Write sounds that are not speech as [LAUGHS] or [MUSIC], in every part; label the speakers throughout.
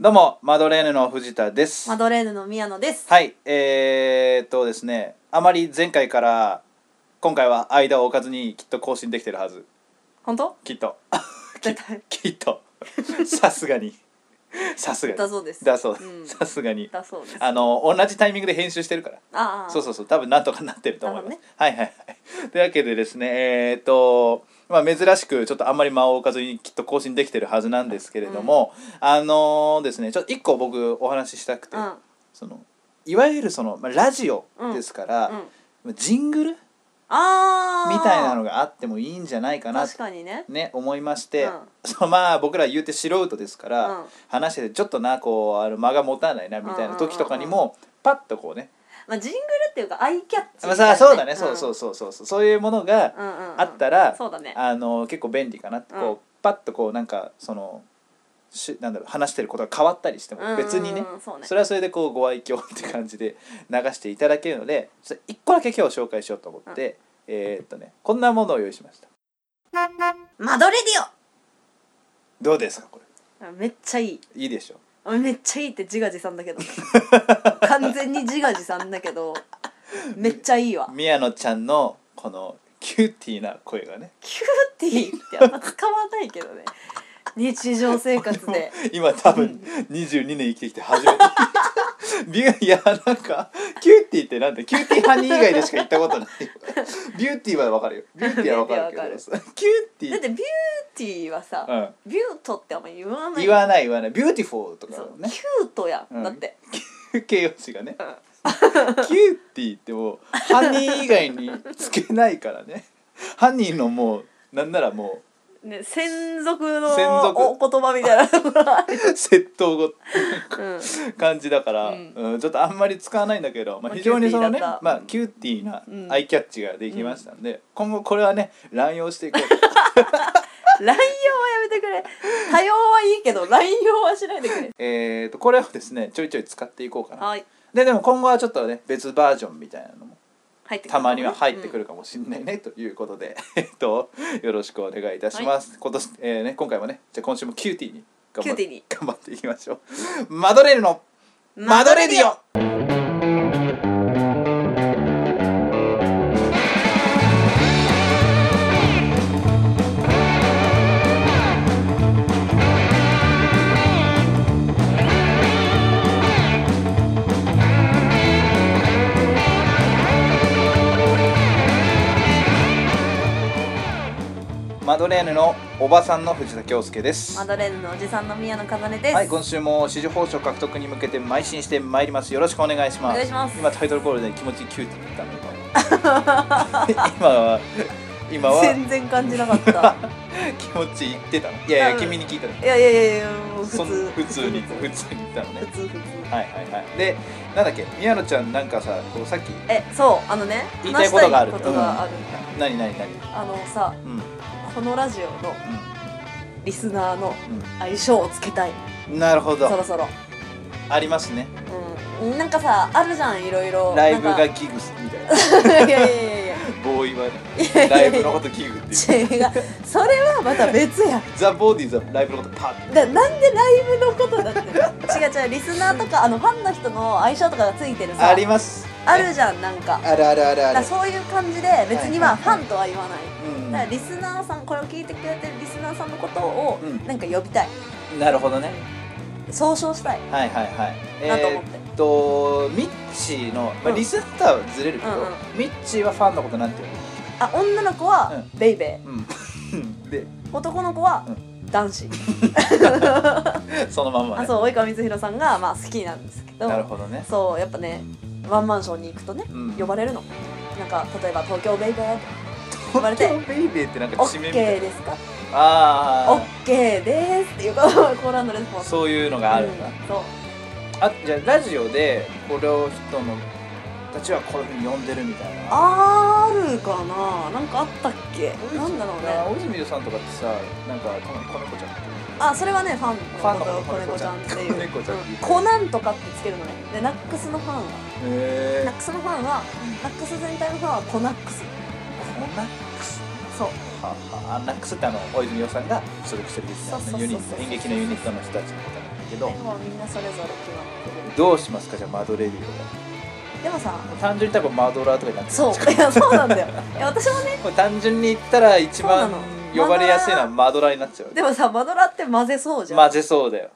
Speaker 1: どうもマドレーヌの藤田です
Speaker 2: マドレーヌの宮野です。
Speaker 1: はいえー、っとですねあまり前回から今回は間を置かずにきっと更新できてるはず
Speaker 2: 本当？
Speaker 1: きっと
Speaker 2: 絶対
Speaker 1: きっ
Speaker 2: [LAUGHS]
Speaker 1: とさすがにさすが
Speaker 2: だ
Speaker 1: に
Speaker 2: そうです。
Speaker 1: だそう
Speaker 2: うん
Speaker 1: さすがに
Speaker 2: だそうです。
Speaker 1: あの同じタイミングで編集してるから
Speaker 2: ああ。
Speaker 1: そうそうそう多分なんとかなってると思います、
Speaker 2: なる
Speaker 1: はいはいはいというわけでですねえーっとまあ、珍しくちょっとあんまり間を置かずにきっと更新できてるはずなんですけれども、あのですねちょっと一個僕お話ししたくて、
Speaker 2: うん
Speaker 1: そのいわゆるその、まあ、ラジオ
Speaker 2: うん
Speaker 1: ですから、
Speaker 2: うん。
Speaker 1: ジングル
Speaker 2: ああ。
Speaker 1: みたいなのがあってもいいんじゃないかな
Speaker 2: 確
Speaker 1: と、
Speaker 2: かにね。
Speaker 1: ね、思いまして、
Speaker 2: うん
Speaker 1: そのまあ僕ら言うて素人ですから、
Speaker 2: うん
Speaker 1: 話しててちょっとなこうあの間が持たないなみたいな時とかにも、パッとこうね
Speaker 2: まあジングルっていうかアイキャッチ
Speaker 1: まあ
Speaker 2: みたい
Speaker 1: さ
Speaker 2: な。
Speaker 1: あそうだね、そうんそう。そうそうそうそういうものが
Speaker 2: うんうんうん。
Speaker 1: あったら、
Speaker 2: そうだね。
Speaker 1: あの結構便利かなってこう、
Speaker 2: うん
Speaker 1: パッとこうなんかそのしなんだろう話してることが変わったりしても別にね
Speaker 2: うんうんうんそうね
Speaker 1: それはそれでこうご愛嬌って感じで流していただけるのでちょっと1個だけ今日紹介しようと思って、えーっとねこんなものを用意しました
Speaker 2: マドレ
Speaker 1: どうですかこ
Speaker 2: ディオ。めっちゃいい。
Speaker 1: れいいでしょ
Speaker 2: めっちゃいいって自画自
Speaker 1: [LAUGHS]
Speaker 2: 賛だけど。完全に自画自賛だけど。めっちゃいいわ。
Speaker 1: 宮野ちゃんのこのキューティーな声がね
Speaker 2: キューティーってあんま使わないけどね。日常生
Speaker 1: [LAUGHS]
Speaker 2: 活で。
Speaker 1: 今多分22年生きてきて [LAUGHS] 初めてビューいやなんかキューティーってなんでキューティーハニー以外でしか行ったことないビューティーはわかるよビューティーはわかるけど
Speaker 2: ビュー
Speaker 1: キューティ
Speaker 2: だっ
Speaker 1: ー
Speaker 2: てビューティーはさ、
Speaker 1: う
Speaker 2: ビュートってあんま言わ
Speaker 1: ん
Speaker 2: ない
Speaker 1: 言わない言わないビューティフォーとか
Speaker 2: そ
Speaker 1: だも
Speaker 2: うん
Speaker 1: ね
Speaker 2: キュートやん、
Speaker 1: うん
Speaker 2: だって、
Speaker 1: 形容詞がね
Speaker 2: うん
Speaker 1: キューティーってもうハニー以外につけないからねハニーのもうなんならも
Speaker 2: ね、専属の
Speaker 1: 専属
Speaker 2: お言葉みたいなのが、
Speaker 1: う窃盗語
Speaker 2: うん、
Speaker 1: 感じだから、
Speaker 2: うん
Speaker 1: うんちょっとあんまり使わないんだけど、ま
Speaker 2: ま
Speaker 1: あ、
Speaker 2: あ
Speaker 1: 非常にそのね
Speaker 2: キューティーだった
Speaker 1: まあ、キューティーな
Speaker 2: うん
Speaker 1: アイキャッチができましたんで、今後これはね乱用していこう
Speaker 2: [LAUGHS] 乱用はやめてくれ多様はいいけど乱用はしないでくれ
Speaker 1: とえーとこれをですねちょいちょい使っていこうかな
Speaker 2: はい
Speaker 1: ででも今後はちょっとね別バージョンみたいなのも
Speaker 2: 入ってくる
Speaker 1: たまには入ってくるかもしれないね、ということで、えっと、よろしくお願いいたします、今年、えーね、今回もねじゃあ今週もキューティーに頑張っ
Speaker 2: キューティーに
Speaker 1: 頑張っていきましょうマドレーヌの
Speaker 2: うん
Speaker 1: マドレディオマドレーヌのおばさんの藤田恭介です
Speaker 2: マドレーヌのおじさんの宮野かなねです、
Speaker 1: はい、今週も支持報酬獲得に向けて邁進してまいります。よろしくお願いします。
Speaker 2: お願いします
Speaker 1: 今タイトルコールで気持ちキューって言った
Speaker 2: [LAUGHS]
Speaker 1: の今。今は今は
Speaker 2: 全然感じなかった
Speaker 1: 気持ち言ってたの。いやいや
Speaker 2: 多分
Speaker 1: 君に聞いたの。
Speaker 2: いやいやいやいやもう普
Speaker 1: そ
Speaker 2: 通
Speaker 1: ん普通に
Speaker 2: 普
Speaker 1: 普通に言ったのね。
Speaker 2: 通普通
Speaker 1: はいはいはい。で、なんだっけ、宮野ちゃんなんかさ、こうさっき
Speaker 2: えそうあのね
Speaker 1: 言いたいことがある
Speaker 2: 話したいことがある、
Speaker 1: 何何何。
Speaker 2: あのさ
Speaker 1: うんうん
Speaker 2: このラジオのリスナーの相性をつけたい
Speaker 1: うん。なるほ
Speaker 2: そ
Speaker 1: ど。
Speaker 2: ろそろ
Speaker 1: ありますね。
Speaker 2: うん、なんかさあるじゃんいろいろ
Speaker 1: ライブ
Speaker 2: な
Speaker 1: が
Speaker 2: んか
Speaker 1: ギグスみたいな。
Speaker 2: [LAUGHS] いやいやいやいや
Speaker 1: ボーイはね
Speaker 2: やいや
Speaker 1: ライブのことギグっていう。
Speaker 2: 違うそれはまた別や
Speaker 1: ザボディザライブのことパーって。
Speaker 2: だなんでライブのことだって違う違うリスナーとかあのファンの人の相性とかがついてるさ
Speaker 1: あります。
Speaker 2: あるじゃんなんか
Speaker 1: あるあるあるあ
Speaker 2: だ
Speaker 1: る
Speaker 2: から。そういう感じで別にまあ
Speaker 1: はい
Speaker 2: ファンとは言わない
Speaker 1: うん
Speaker 2: だからリスナーさんこれを聞いてくれてるリスナーさんのことを
Speaker 1: うん
Speaker 2: なんか呼びたい
Speaker 1: なるほどね。
Speaker 2: 総称したい
Speaker 1: はいはいはい。
Speaker 2: なと思って
Speaker 1: えーっとミッチーの、まあ、
Speaker 2: うん
Speaker 1: リスナーとはずれるけど、
Speaker 2: うんうん
Speaker 1: ミッチーはファンのことなんて言う
Speaker 2: あ女の子は
Speaker 1: う
Speaker 2: ベイベ
Speaker 1: の？うん。 [LAUGHS] で
Speaker 2: ー男の子は
Speaker 1: う
Speaker 2: 男子
Speaker 1: そのまんま
Speaker 2: あ
Speaker 1: ね。
Speaker 2: そう及川光博さんがまあ好きなんですけど
Speaker 1: なるほどね。
Speaker 2: そうやっぱねワンマンションに行くとね
Speaker 1: うん
Speaker 2: 呼ばれるのなんか例えば「東京ベイベー」呼ばれ
Speaker 1: 東
Speaker 2: て
Speaker 1: 京ベイベーってなん
Speaker 2: 「
Speaker 1: か
Speaker 2: オ
Speaker 1: 締め
Speaker 2: ッ
Speaker 1: みた
Speaker 2: ケー
Speaker 1: いな。
Speaker 2: ですか?」「オ
Speaker 1: あ
Speaker 2: ッケーです」っていうコーランドレスポ
Speaker 1: あ。
Speaker 2: ンス
Speaker 1: そういうのがあるんだ。
Speaker 2: うんそう
Speaker 1: あじゃあラジオでこれを人のたちはこういうふうに呼んでるみたいな。
Speaker 2: あるかななんかあったっけなんだろう
Speaker 1: あ
Speaker 2: ね
Speaker 1: 大泉洋さんとかってさなんかこの子猫ちゃんっていう
Speaker 2: あそれはねファンの
Speaker 1: ファンの
Speaker 2: ことを子猫ちゃんっていう
Speaker 1: 子 [LAUGHS] 猫ちゃんっていう
Speaker 2: うんコナンとかってつけるのねでナックスのファンは
Speaker 1: へ
Speaker 2: ナックスのファンはナックス全体のファンはコナックス
Speaker 1: こんな
Speaker 2: そう
Speaker 1: はあ、アンナックスってあの大泉洋さんが所属してる劇団
Speaker 2: そうそうそ
Speaker 1: の
Speaker 2: う
Speaker 1: ユニット演劇のユニットの人たちのことけ
Speaker 2: で
Speaker 1: ど
Speaker 2: もみんなそれぞれ決まって
Speaker 1: どうしますかじゃあマドレリオ
Speaker 2: るでもさ
Speaker 1: 単純に多分マドラーとかになってるんで
Speaker 2: そ
Speaker 1: すか
Speaker 2: うい [LAUGHS] やそうなんだよいや私もね
Speaker 1: [LAUGHS] これ単純に言ったら一番
Speaker 2: そうなの
Speaker 1: 呼ばれやすいのはマドラーになっちゃう
Speaker 2: でもさマドラーって混ぜそうじゃん、
Speaker 1: 混ぜそうだよ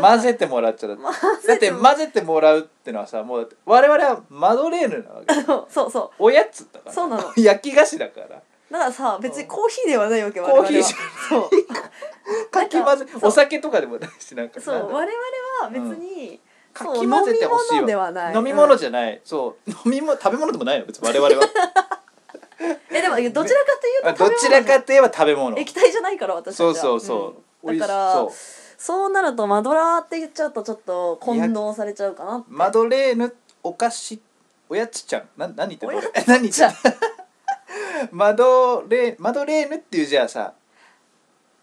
Speaker 1: 混ぜてもらっちゃうだ
Speaker 2: ぜ
Speaker 1: って
Speaker 2: て
Speaker 1: だっ
Speaker 2: も
Speaker 1: て混ぜてもらうってのはさもう我々はマドレーヌなわけ
Speaker 2: [LAUGHS] そうそう
Speaker 1: おやつだから
Speaker 2: そうなの
Speaker 1: 焼き菓子だから
Speaker 2: だからさ別にコーヒーではないわけ
Speaker 1: コーヒー
Speaker 2: 我々はそう
Speaker 1: かき混ぜ
Speaker 2: そう
Speaker 1: お酒とかでもないしなんか
Speaker 2: そう
Speaker 1: なんだろ
Speaker 2: 我々は別に、
Speaker 1: か
Speaker 2: そう
Speaker 1: き混ぜてほしい
Speaker 2: 飲み物で
Speaker 1: よ
Speaker 2: はない
Speaker 1: 飲み物
Speaker 2: うん
Speaker 1: じゃない、そう [LAUGHS] 飲み物食べ物でもないの別に我々は
Speaker 2: えでもどちらかというと
Speaker 1: ど
Speaker 2: 食
Speaker 1: ち
Speaker 2: べ
Speaker 1: ら
Speaker 2: 物じゃ
Speaker 1: か
Speaker 2: ん
Speaker 1: といえば食べ物
Speaker 2: 液体じゃないから私たち
Speaker 1: そ
Speaker 2: は
Speaker 1: うそうそう、
Speaker 2: んだから
Speaker 1: そう
Speaker 2: そうなるとマドラーって言っちゃうとちょっと混同されちゃうかな
Speaker 1: マドレーヌお菓子おやつちゃんな何言ってんの
Speaker 2: お
Speaker 1: 俺
Speaker 2: や
Speaker 1: え [LAUGHS] 何言ってんのマドレーマドレーヌっていうじゃあさ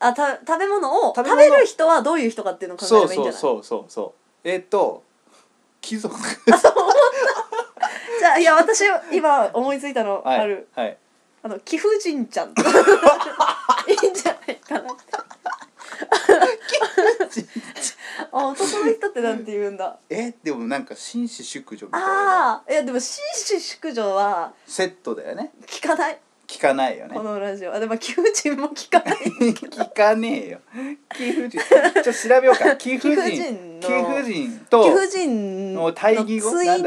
Speaker 2: あた食べ物を
Speaker 1: 食
Speaker 2: 食
Speaker 1: べ物
Speaker 2: べる人はどういう人かっていうのを考え
Speaker 1: そ
Speaker 2: れ
Speaker 1: う
Speaker 2: ばいいん
Speaker 1: そ
Speaker 2: じ
Speaker 1: う
Speaker 2: ゃな
Speaker 1: そう
Speaker 2: い
Speaker 1: そうそうえっ、と貴
Speaker 2: [LAUGHS]
Speaker 1: 族
Speaker 2: じゃあいや私今思いついたの
Speaker 1: はい
Speaker 2: ある、
Speaker 1: はい [LAUGHS]
Speaker 2: あの貴婦人ちゃんい [LAUGHS] いんじゃないかなってあ男の人ってなんて言うんだ
Speaker 1: えでもなんか紳士淑女みたいな
Speaker 2: ああいやでも紳士淑女は
Speaker 1: セットだよね
Speaker 2: 聞かない
Speaker 1: 聞かないよね
Speaker 2: このラジオあでも貴婦人も聞 [LAUGHS] かない
Speaker 1: 聞かねえよ貴婦人ちょっと調べよう [LAUGHS] か貴婦
Speaker 2: 貴婦
Speaker 1: 人
Speaker 2: 人の
Speaker 1: 貴婦人
Speaker 2: 貴
Speaker 1: と
Speaker 2: 婦人の対義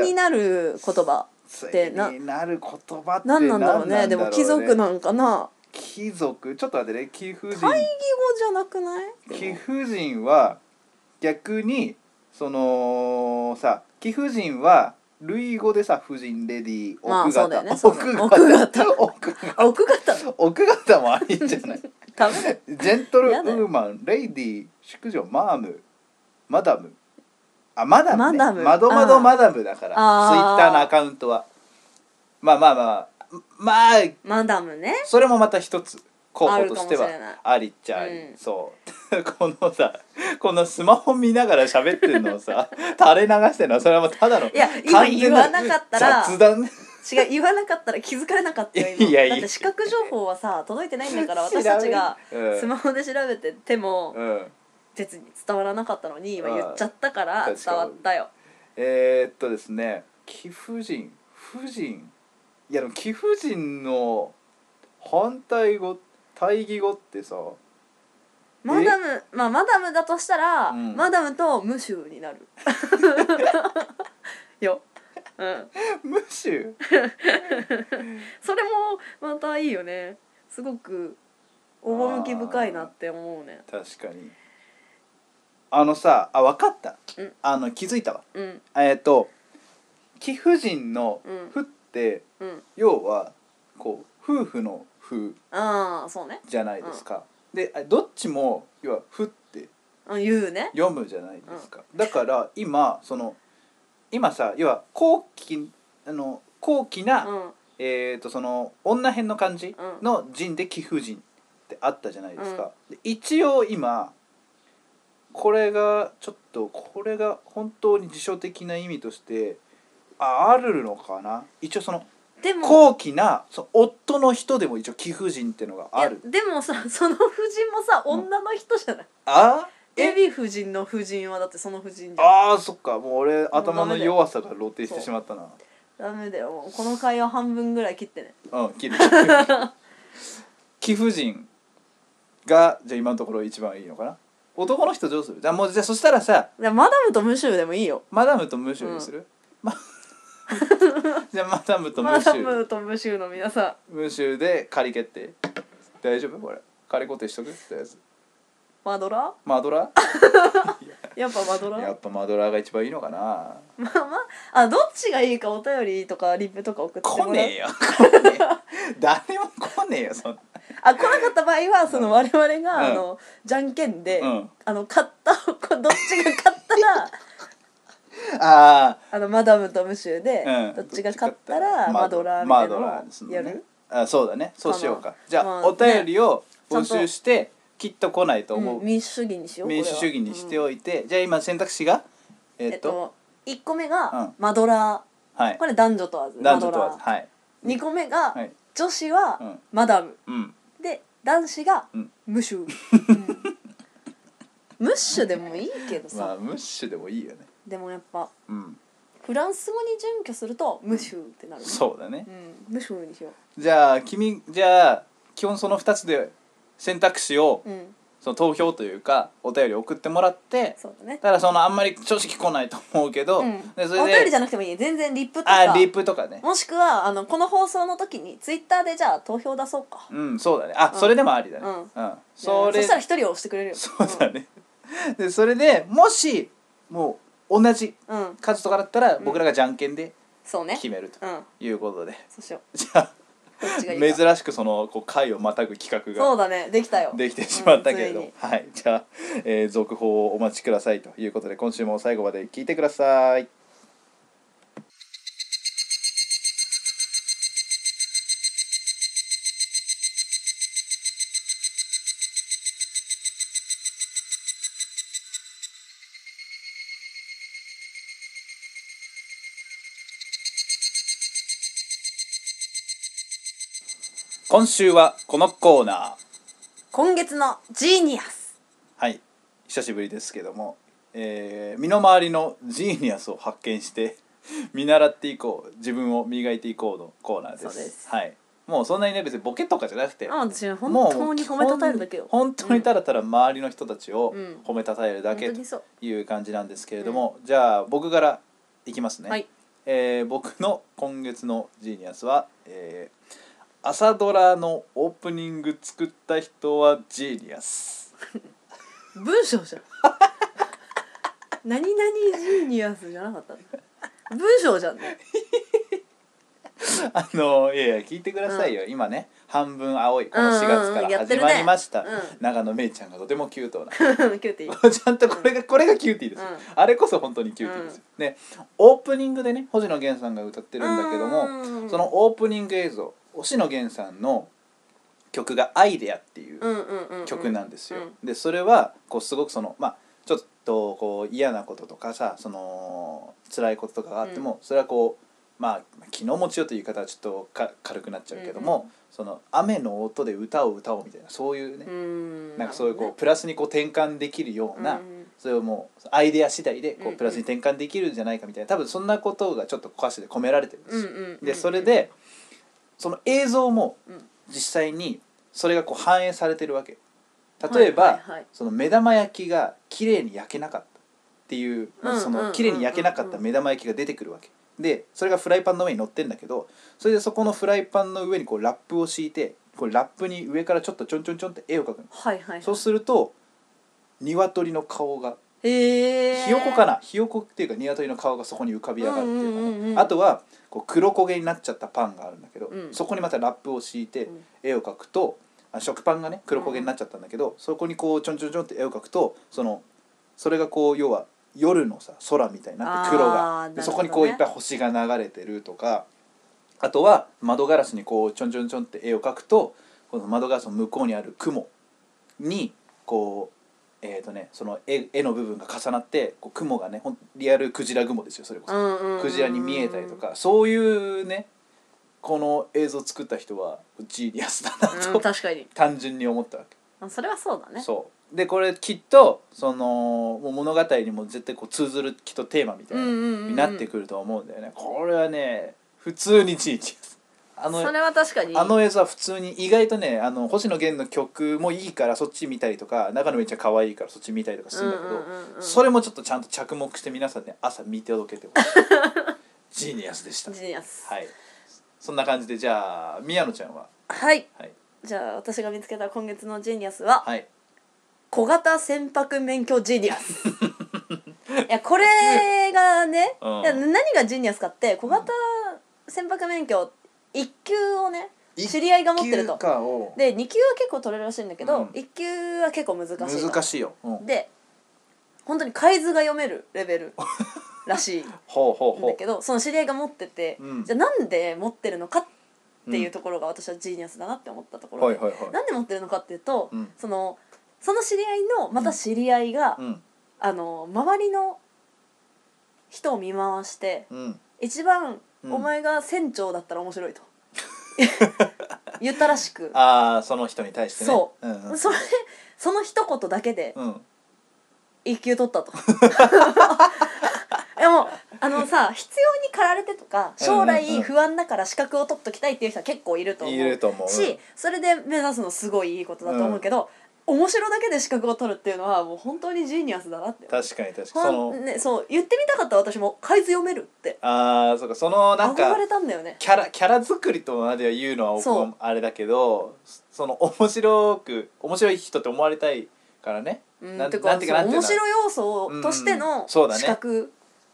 Speaker 2: になる言葉
Speaker 1: つ
Speaker 2: ってない
Speaker 1: になる言葉って
Speaker 2: 何なんだろうね
Speaker 1: 何
Speaker 2: でも貴族
Speaker 1: の
Speaker 2: なんかな
Speaker 1: 貴族ちょっと待ってね貴婦人
Speaker 2: 対義語じゃなくない
Speaker 1: 貴婦人は逆にそのさ貴婦人は類語でさ婦人レディー
Speaker 2: まあ
Speaker 1: 奥
Speaker 2: そ
Speaker 1: 方、
Speaker 2: うだよねそうだ
Speaker 1: 奥
Speaker 2: ね
Speaker 1: 方奥方
Speaker 2: あ奥方
Speaker 1: 奥方もありじゃない
Speaker 2: ダメだよ
Speaker 1: ジェントルウ
Speaker 2: やだよ
Speaker 1: ーマンレイディー淑女マームマダムあマダムね
Speaker 2: マダム
Speaker 1: マドマ
Speaker 2: あ
Speaker 1: ド
Speaker 2: ー
Speaker 1: マダムだからツイッ
Speaker 2: あー
Speaker 1: ターのアカウントはまあまあまあまあ
Speaker 2: マダムね
Speaker 1: それもまた一つ候補としては
Speaker 2: あるかもしれない
Speaker 1: ありっちゃあり、
Speaker 2: うん
Speaker 1: そう [LAUGHS] このさこのスマホ見ながら喋ってるのを
Speaker 2: [LAUGHS]
Speaker 1: さ垂れ流してるのはそれはもうただの
Speaker 2: いや今
Speaker 1: 完全
Speaker 2: 言わなかったら
Speaker 1: 雑談
Speaker 2: 違う言わなかったら気づかれなかったよ今
Speaker 1: いやいや
Speaker 2: だって視覚情報はさ届いてないんだから私たちが
Speaker 1: 調べるうん
Speaker 2: スマホで調べてても
Speaker 1: うん
Speaker 2: 別に伝わらなかったのに今
Speaker 1: うん
Speaker 2: 言っちゃったから
Speaker 1: 確か
Speaker 2: 伝わったよ
Speaker 1: えー、っとですね貴婦人婦人いやでも貴婦人の反対語対義語ってさ [LAUGHS]
Speaker 2: マダムまあマダムだとしたら、
Speaker 1: うん
Speaker 2: マダムと無臭になる [LAUGHS] よ、うん、
Speaker 1: 無臭
Speaker 2: それもまたいいよねすごく趣深いなって思うね
Speaker 1: 確かにあのさあ分かった、
Speaker 2: うん
Speaker 1: あの気づいたわ
Speaker 2: うん
Speaker 1: えー、っと貴婦人の
Speaker 2: う
Speaker 1: 「
Speaker 2: ん
Speaker 1: 婦」って、
Speaker 2: うん
Speaker 1: 要はこう夫婦の「夫
Speaker 2: ああそうね」
Speaker 1: じゃないですか、であどっちも要は「夫」って
Speaker 2: うん言うね
Speaker 1: 読むじゃないですか、だから今その今さ要は高貴あの高貴な、
Speaker 2: うん
Speaker 1: えー、とその女編の感じの「人」で「貴婦人」ってあったじゃないですか、で一応今これがちょっとこれが本当に辞書的な意味としてああるのかな一応その
Speaker 2: でも
Speaker 1: 高貴なそう夫の人でも一応貴婦人ってのがある
Speaker 2: いやでもさその夫人もさ女の人じゃない、
Speaker 1: あ
Speaker 2: エビ夫人の夫人はだってその夫人じゃん
Speaker 1: あーそっかもう俺頭の弱さが露呈してしまったな
Speaker 2: ダメだよもうこの会話半分ぐらい切ってね
Speaker 1: うん切る貴婦人がじゃあ今のところ一番いいのかな男の人どうするじゃあもうじゃあそしたらさ
Speaker 2: いやマダムとムシュでもいいよ
Speaker 1: マダムとムシュにする、ま [LAUGHS] じゃあマダムとム
Speaker 2: マ
Speaker 1: シ
Speaker 2: ダ
Speaker 1: ュ
Speaker 2: ムとムシュの皆さん
Speaker 1: ムシュで仮決定大丈夫これ仮固定しとくとりあえず
Speaker 2: マドラ
Speaker 1: マドラ
Speaker 2: ーやっぱマドラ
Speaker 1: や
Speaker 2: ー
Speaker 1: っぱマドラが一番いいのかな
Speaker 2: まあまああどっちがいいかお便りとかリップとか送ってもらう
Speaker 1: 来ねえよ来ねえ誰も来ねえよそんな
Speaker 2: あ来なかった場合はその我々が、
Speaker 1: うん
Speaker 2: あのじゃんけんで、
Speaker 1: うん
Speaker 2: あの勝ったこどっちが勝った
Speaker 1: [LAUGHS]
Speaker 2: ら
Speaker 1: あ
Speaker 2: あのマダムとムシュで、
Speaker 1: あ、うん、
Speaker 2: どっちが勝ったらマドラーみた
Speaker 1: マ
Speaker 2: いな
Speaker 1: ドラー
Speaker 2: の
Speaker 1: です
Speaker 2: を
Speaker 1: ね
Speaker 2: やる
Speaker 1: あそうだねそうしよう
Speaker 2: か
Speaker 1: か
Speaker 2: な
Speaker 1: じゃあ、
Speaker 2: まあ
Speaker 1: お便りを募
Speaker 2: ねちゃん
Speaker 1: 集
Speaker 2: と
Speaker 1: してきっと来ないと思う、
Speaker 2: うん民主主義にしよう
Speaker 1: 民主主義にして
Speaker 2: よ
Speaker 1: おいて、じゃあ今選択肢がえっ
Speaker 2: えっ
Speaker 1: と、
Speaker 2: と1個目
Speaker 1: うん
Speaker 2: がマドラ
Speaker 1: はい
Speaker 2: ーこれ男女問わずマ
Speaker 1: 男
Speaker 2: ド
Speaker 1: 女問わ
Speaker 2: ラ
Speaker 1: ず
Speaker 2: ー
Speaker 1: はい
Speaker 2: 2個目が
Speaker 1: はい
Speaker 2: 女子
Speaker 1: う
Speaker 2: は
Speaker 1: ん
Speaker 2: マダム
Speaker 1: うん [LAUGHS]
Speaker 2: で男子が
Speaker 1: うん
Speaker 2: 無臭ムッシュでもいいけどさ、
Speaker 1: まあムッシュでもいいよね
Speaker 2: でもやっぱ
Speaker 1: うん
Speaker 2: フランス語に準拠するとムッシュってなるね
Speaker 1: そうだね
Speaker 2: うん、ムッシュにしよ
Speaker 1: じゃあ君じゃあ基本その2つで選択肢を
Speaker 2: ううん
Speaker 1: その投票というかお便り送ってもらって
Speaker 2: そうだね
Speaker 1: ただそのあんまり正直来ないと思うけど、
Speaker 2: うん、
Speaker 1: でそ
Speaker 2: お便
Speaker 1: れ
Speaker 2: り
Speaker 1: で
Speaker 2: じゃなくてもいい全然リップと
Speaker 1: あ
Speaker 2: か
Speaker 1: リップとかね
Speaker 2: もしくはあのこの放送の時にツイッターでじゃあ投票出そうか、
Speaker 1: うんそうだねあ、
Speaker 2: うん
Speaker 1: それでもありだね
Speaker 2: うん
Speaker 1: うん、それ
Speaker 2: そしたら一人押してくれるよ
Speaker 1: そうだね、でそれでもしもう同じ
Speaker 2: うん、うん、
Speaker 1: 数とかだったら僕らがじゃんけんで
Speaker 2: そうね
Speaker 1: 決めると
Speaker 2: うん
Speaker 1: いうことで、
Speaker 2: そうしよ
Speaker 1: じゃあ
Speaker 2: うどっちがいいか
Speaker 1: 珍しくそのこう回をまたぐ企画
Speaker 2: そ
Speaker 1: が
Speaker 2: うだねできたよ
Speaker 1: できてしまったけれど、
Speaker 2: うんついに
Speaker 1: はいじゃあ、えー続報をお待ちくださいということで今週も最後まで聞いてください今週はこのコーナー
Speaker 2: 今月のジーニアス
Speaker 1: はい久しぶりですけども、えー身の回りのジーニアスを発見して [LAUGHS] 見習っていこう自分を磨いていこうのコーナーです
Speaker 2: そうです
Speaker 1: はい、もうそんなにね別にボケとかじゃなくて
Speaker 2: あ私本
Speaker 1: もう
Speaker 2: 当に褒めたたえるだけよ
Speaker 1: 本当にただただ周りの人たちを
Speaker 2: うん
Speaker 1: 褒めたたえるだけ
Speaker 2: 本当
Speaker 1: と
Speaker 2: にそう
Speaker 1: いう感じなんですけれども、じゃあ僕からいきますね、
Speaker 2: はい
Speaker 1: えー僕の今月のジーニアスは、えー朝ドラのオープニング作った人はジーニアス」
Speaker 2: 文章じゃん [LAUGHS] 何々ジーニアスじゃなかったの文章じゃんね [LAUGHS]
Speaker 1: あのいやいや聞いてくださいよ、今ね半分青いこの4月
Speaker 2: うんうんう
Speaker 1: か
Speaker 2: ん
Speaker 1: ら
Speaker 2: やっ
Speaker 1: 始
Speaker 2: てるね
Speaker 1: まりました、
Speaker 2: うん
Speaker 1: 長野めいちゃんがとてもキュートな [LAUGHS]
Speaker 2: キューティー
Speaker 1: ちゃんとこれがこれがキューティーですよ、
Speaker 2: うん
Speaker 1: あれこそ本当にキューティーですよ、ねオープニングでね星野源さんが歌ってるんだけども、
Speaker 2: も
Speaker 1: そのオープニング映像星野源さんの曲が「アイデア」っていう曲なんですよ、
Speaker 2: うん
Speaker 1: でそれはこうすごくそのまあちょっとこう嫌なこととかさその辛いこととかがあっても、それはこうまあ気の持ちよという言い方はちょっとか軽くなっちゃうけども、
Speaker 2: うん
Speaker 1: その雨の音で歌を歌おうみたいなそういうね、
Speaker 2: ん
Speaker 1: なんかそういうこうプラスにこう転換できるような、
Speaker 2: うん
Speaker 1: それをもうアイデア次第でこ
Speaker 2: うん
Speaker 1: うプラスに転換できるんじゃないかみたいな多分そんなことがちょっと歌詞で込められてるんですよ。
Speaker 2: うんうんうん
Speaker 1: でそれでその映像も
Speaker 2: うん
Speaker 1: 実際にそれがこう反映されてるわけ例えば、
Speaker 2: はいはいはい
Speaker 1: その目玉焼きが綺麗に焼けなかったっていう、まあ
Speaker 2: うん
Speaker 1: そ
Speaker 2: うんうんう
Speaker 1: の
Speaker 2: ん
Speaker 1: 綺麗に焼けなかった目玉焼きが出てくるわけでそれがフライパンの上に乗ってんだけどそれでそこのフライパンの上にこうラップを敷いてこうラップに上からちょっとちょんちょんちょんって絵を描くの
Speaker 2: はいはいはい
Speaker 1: そうすると鶏の顔が
Speaker 2: へえ
Speaker 1: ひよこかなひよこっていうか鶏の顔がそこに浮かび上がるっていうかね、
Speaker 2: うんうんうんうん
Speaker 1: あとはこう黒焦げになっちゃったパンがあるんだけど、
Speaker 2: うん
Speaker 1: そこにまたラップを敷いて
Speaker 2: うん
Speaker 1: 絵を描くと、あ食パンがね黒焦げになっちゃったんだけど、そこにこうちょんちょんちょんって絵を描くとそのそれがこう要は夜のさ空みたいになって黒が、
Speaker 2: あー
Speaker 1: で
Speaker 2: なるほどね
Speaker 1: そこにこういっぱい星が流れてるとかあとは窓ガラスにこうちょんちょんちょんって絵を描くとこの窓ガラスの向こうにある雲にこうえーとね、その絵絵の部分が重なってこう雲がねほんリアルクジラ雲ですよそれこそ、
Speaker 2: うんうんうん
Speaker 1: クジラに見えたりとかそういうねこの映像作った人はジーニアスだな
Speaker 2: う
Speaker 1: と、
Speaker 2: ん確かに
Speaker 1: 単純に思ったわけ、
Speaker 2: あそれはそうだね
Speaker 1: そうでこれきっとそのもう物語にも絶対こう通ずるきっとテーマみたいな、
Speaker 2: うんうんうんうん
Speaker 1: になってくると思うんだよねこれはね普通にジーニアスあの
Speaker 2: それは確かに
Speaker 1: あの映像は普通に意外とねあの星野源の曲もいいからそっち見たりとか中野めっちゃ可愛いからそっち見たりとかするんだけど、
Speaker 2: うんうんうんうん
Speaker 1: それもちょっとちゃんと着目して皆さんね朝見届けてほ
Speaker 2: [LAUGHS]
Speaker 1: しいジーニアスでした
Speaker 2: ジーニアス
Speaker 1: はいそんな感じでじゃあ宮野ちゃんは
Speaker 2: はい
Speaker 1: はい
Speaker 2: じゃあ私が見つけた今月のジーニアスは
Speaker 1: はい
Speaker 2: 小型船舶免許ジーニア
Speaker 1: [LAUGHS]
Speaker 2: スいやこれがね、
Speaker 1: うん
Speaker 2: いや何がジーニアスかって小型船舶免許1級をね知り合いが持ってる
Speaker 1: 一級
Speaker 2: と
Speaker 1: かを
Speaker 2: で2級は結構取れるらしいんだけ
Speaker 1: う
Speaker 2: ど、
Speaker 1: ん
Speaker 2: 一1級は結構難しいと
Speaker 1: 難しいよ、うん、
Speaker 2: で本当に海図が読めるレベ
Speaker 1: [LAUGHS]
Speaker 2: ルらしいん
Speaker 1: ほうほう
Speaker 2: だ
Speaker 1: ほ
Speaker 2: けどその知り合いが持ってて、
Speaker 1: うん
Speaker 2: じゃあなんで持ってるのかっていううところが私はジーニアスだなって思ったとこ
Speaker 1: う
Speaker 2: ろ
Speaker 1: は
Speaker 2: で、
Speaker 1: いはいは
Speaker 2: なんで持ってるのかっていうと、
Speaker 1: うん
Speaker 2: そのその知り合いのまた知り合いが、
Speaker 1: いうん
Speaker 2: あの周りの人を見回して
Speaker 1: うん
Speaker 2: 一番、
Speaker 1: うん
Speaker 2: お前が船長だったら面白
Speaker 1: [LAUGHS]
Speaker 2: いと言ったらしく
Speaker 1: ああその人に対してね、
Speaker 2: そう
Speaker 1: うんうん
Speaker 2: それその一言だけで
Speaker 1: うん、
Speaker 2: 一級取
Speaker 1: [LAUGHS]
Speaker 2: ったとでもあのさ必要に駆られてとか将
Speaker 1: うんうんう
Speaker 2: 来
Speaker 1: ん
Speaker 2: 不安だから資格を取っときたいっていう人は結構いると思う
Speaker 1: 言えると思う
Speaker 2: しそれで目指すのすごいいいことだと思うけど、面白だけで資格を取るっていうのはもう本当にジーニアスだなって
Speaker 1: 確かに確かに
Speaker 2: ほ
Speaker 1: そ
Speaker 2: ん
Speaker 1: の
Speaker 2: ね、そう言ってみたかった私も海図読めるって
Speaker 1: あーそうかそのなんか
Speaker 2: 憧れたんだよね
Speaker 1: キャラキャラ作りとまでは言うのは僕
Speaker 2: そう
Speaker 1: もあれだけどそその面白く面白い人って思われたいからね
Speaker 2: うん
Speaker 1: なん
Speaker 2: て
Speaker 1: な
Speaker 2: か
Speaker 1: んていうかな
Speaker 2: そ
Speaker 1: ん
Speaker 2: う
Speaker 1: ていう
Speaker 2: 面
Speaker 1: の
Speaker 2: 白い要素として
Speaker 1: うんう
Speaker 2: の
Speaker 1: んそうだね
Speaker 2: 資格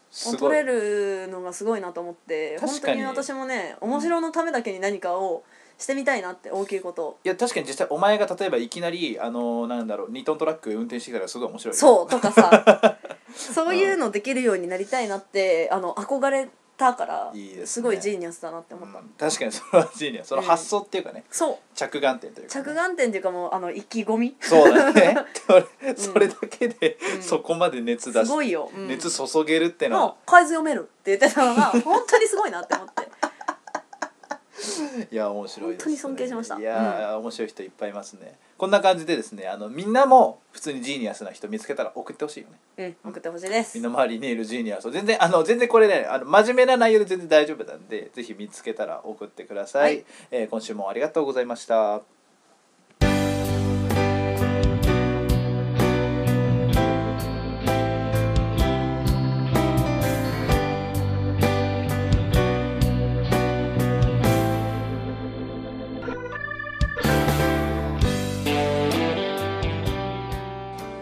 Speaker 2: を
Speaker 1: す
Speaker 2: 取
Speaker 1: ご
Speaker 2: れ
Speaker 1: い
Speaker 2: るのがすごいなと思って本
Speaker 1: 確
Speaker 2: 当
Speaker 1: かに
Speaker 2: に私もね面白のためだけに何かをしてみたいなって大きいことを
Speaker 1: いや確かに実際お前が例えばいきなりあのーなんだろう2トントラック運転してきたらすごい面白いよ
Speaker 2: そうとかさ
Speaker 1: [LAUGHS]
Speaker 2: そういうのできるようになりたいなってあの憧れたから
Speaker 1: いいですね
Speaker 2: すごいジーニアスだなって思
Speaker 1: う
Speaker 2: っ
Speaker 1: ん
Speaker 2: た
Speaker 1: 確かにそのジーニアその発想っていうかね、
Speaker 2: そう
Speaker 1: 着眼点というかね、
Speaker 2: 着眼点っていうかもうあの意気込み
Speaker 1: そうだ
Speaker 2: [LAUGHS]
Speaker 1: ねそれ
Speaker 2: ん
Speaker 1: それだけで、
Speaker 2: うん
Speaker 1: そこまで熱
Speaker 2: す
Speaker 1: 出し
Speaker 2: ごいよ、うん
Speaker 1: 熱注げるってのは
Speaker 2: の海図読めるって言ってた
Speaker 1: [LAUGHS]
Speaker 2: のが本当にすごいなって思って
Speaker 1: いや面白いです、ね、
Speaker 2: 本当に尊敬しました
Speaker 1: いやー、面白い人いっぱいいますねこんな感じでですねあのみんなも普通にジーニアスな人見つけたら送ってほしいよね
Speaker 2: うん、送ってほしいです
Speaker 1: みんな周りにいるジーニアスを全然あの全然これねあの真面目な内容で全然大丈夫なんでぜひ見つけたら送ってください、
Speaker 2: はい
Speaker 1: えー今週もありがとうございました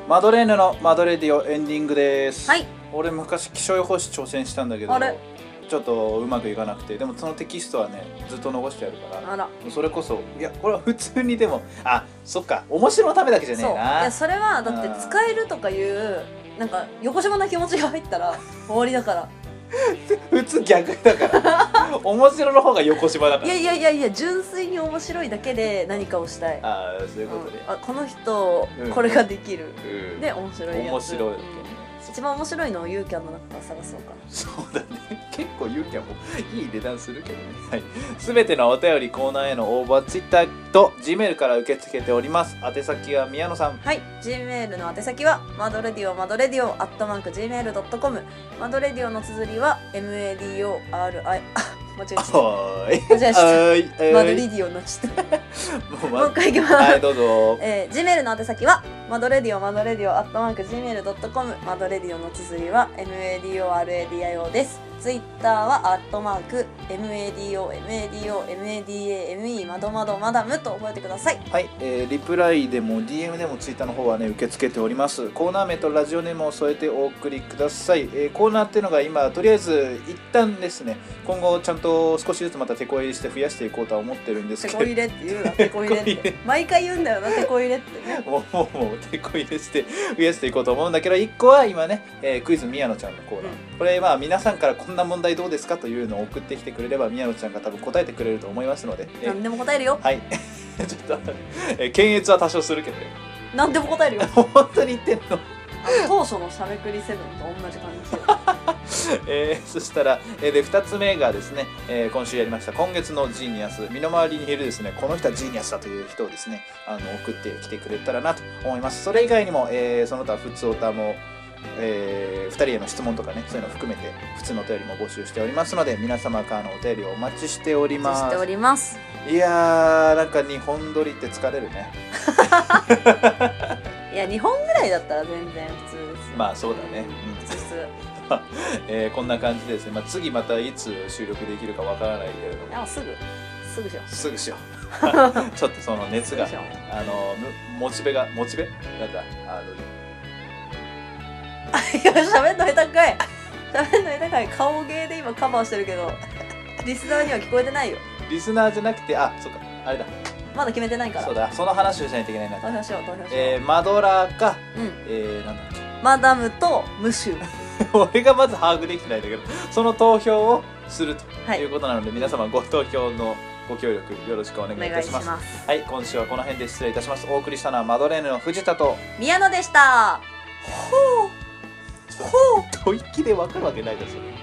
Speaker 1: マドレーヌのマドレディオエンディングです
Speaker 2: はい
Speaker 1: 俺昔気象予報士挑戦したんだけど
Speaker 2: あれ
Speaker 1: ちょっとうまくいかなくてでもそのテキストはねずっと残してあるから
Speaker 2: あら
Speaker 1: それこそいやこれは普通にでもあそっか面白のためだけじゃね
Speaker 2: そうい
Speaker 1: えな
Speaker 2: やそれはだって使えるとかいうなんか横島な気持ちが入ったら終わりだから
Speaker 1: 普通逆だから
Speaker 2: [LAUGHS]
Speaker 1: 面白の方が横芝だか
Speaker 2: い
Speaker 1: ら
Speaker 2: やいやいやいや純粋に面白いだけで何かをしたい
Speaker 1: ああそういうことで
Speaker 2: うんあこの人
Speaker 1: うん
Speaker 2: これができる、
Speaker 1: うん
Speaker 2: で面白いやつ
Speaker 1: 面白い
Speaker 2: うん
Speaker 1: だ
Speaker 2: 一番面白いのをユーキャンの中から探そうか
Speaker 1: けそうだね結構ゆうきゃんもいい値段するけどねはい全てのお便りコーナーへの応募は Twitter と Gmail から受け付けております宛先は宮野さん
Speaker 2: はい、Gmail の宛先はマドレディオマドレディオアットマーク Gmail.com マドレディオの綴りは MADORI あ間違えました
Speaker 1: はーい
Speaker 2: 間違えました
Speaker 1: はいはい
Speaker 2: マドレディオになっちゃった
Speaker 1: もう
Speaker 2: もう
Speaker 1: ま
Speaker 2: 一回いきます、
Speaker 1: はいどうぞ
Speaker 2: えー、Gmail の宛先はマドレディオマドレディオアットマーク Gmail.com マドレディオの綴りは MADORADIO ですツイッターはアットマーク MADOMADOMADAME まどまどマダムと覚えてください
Speaker 1: はい、えーリプライでも DM でもツイッターの方はね受け付けておりますコーナー名とラジオネームを添えてお送りください、えーコーナーっていうのが今とりあえず一旦ですね今後ちゃんと少しずつまた手こ入れして増やしていこうとは思ってるんです
Speaker 2: テ
Speaker 1: け
Speaker 2: コ入
Speaker 1: ど
Speaker 2: れって言うなテコ入れっ
Speaker 1: テコ入
Speaker 2: て毎回言うんだよなテコ入れってね
Speaker 1: もうもうもう手こ入れして増やしていこうと思うんだけど一個は今ね、えークイズ宮野ちゃんのコーナー、これまあ皆さんからこんな問題どうですかというのを送ってきてくれれば宮野ちゃんが多分答えてくれると思いますので、えー
Speaker 2: 何でも答えるよ
Speaker 1: はい [LAUGHS] ちょっと、えー検閲は多少するけどね
Speaker 2: 何でも答えるよ
Speaker 1: 本当に言ってんの
Speaker 2: 当初のしゃべくりセブンと同じ感じ
Speaker 1: えー [LAUGHS] そしたら、えーで2つ目がですね、えー今週やりました今月のジーニアス身の回りにいるですねこの人はジーニアスだという人をですねあの送ってきてくれたらなと思いますそれ以外にも、えーその他普通おたも、え2人への質問とかねそういうの含めて普通のお便りも募集しておりますので皆様からのお便りをお待ちしており
Speaker 2: お待ち
Speaker 1: ま
Speaker 2: してお
Speaker 1: す
Speaker 2: ります
Speaker 1: いやーなんか日本撮りって疲れるね
Speaker 2: いや2本ぐらいだったら全然普通ですよ
Speaker 1: まあそうだね、
Speaker 2: 普通普通
Speaker 1: えーこんな感じでですね、まあ、次またいつ収録できるかわからないけれども
Speaker 2: あすぐすぐしよ
Speaker 1: すぐしよう [LAUGHS] ちょっとその熱
Speaker 2: う
Speaker 1: が
Speaker 2: すぐしよう
Speaker 1: あのむモチベがモチベなんだあの
Speaker 2: いや喋んの下手かい喋んの下手かい顔芸で今カバーしてるけどリスナーには聞こえてないよ
Speaker 1: リスナーじゃなくてあそっかあれだ
Speaker 2: まだ決めてないから
Speaker 1: そうだその話をしないといけない
Speaker 2: 投
Speaker 1: な、
Speaker 2: 票しよう投票しよう、
Speaker 1: えー、マドラーか、
Speaker 2: うん、
Speaker 1: えー、なんだっ
Speaker 2: マダムとムシュ
Speaker 1: け [LAUGHS] 俺がまず把握できてないんだけどその投票をすると
Speaker 2: はい
Speaker 1: いうことなので、皆様ご投票のご協力よろしくお願
Speaker 2: お
Speaker 1: いい
Speaker 2: 願
Speaker 1: た
Speaker 2: い
Speaker 1: し
Speaker 2: し
Speaker 1: ます
Speaker 2: ます
Speaker 1: はい今週はこの辺で失礼いたしますお送りしたのはマドレーヌの藤田と
Speaker 2: 宮野でしたほうほう
Speaker 1: [LAUGHS] 吐息でわかるわけないですよね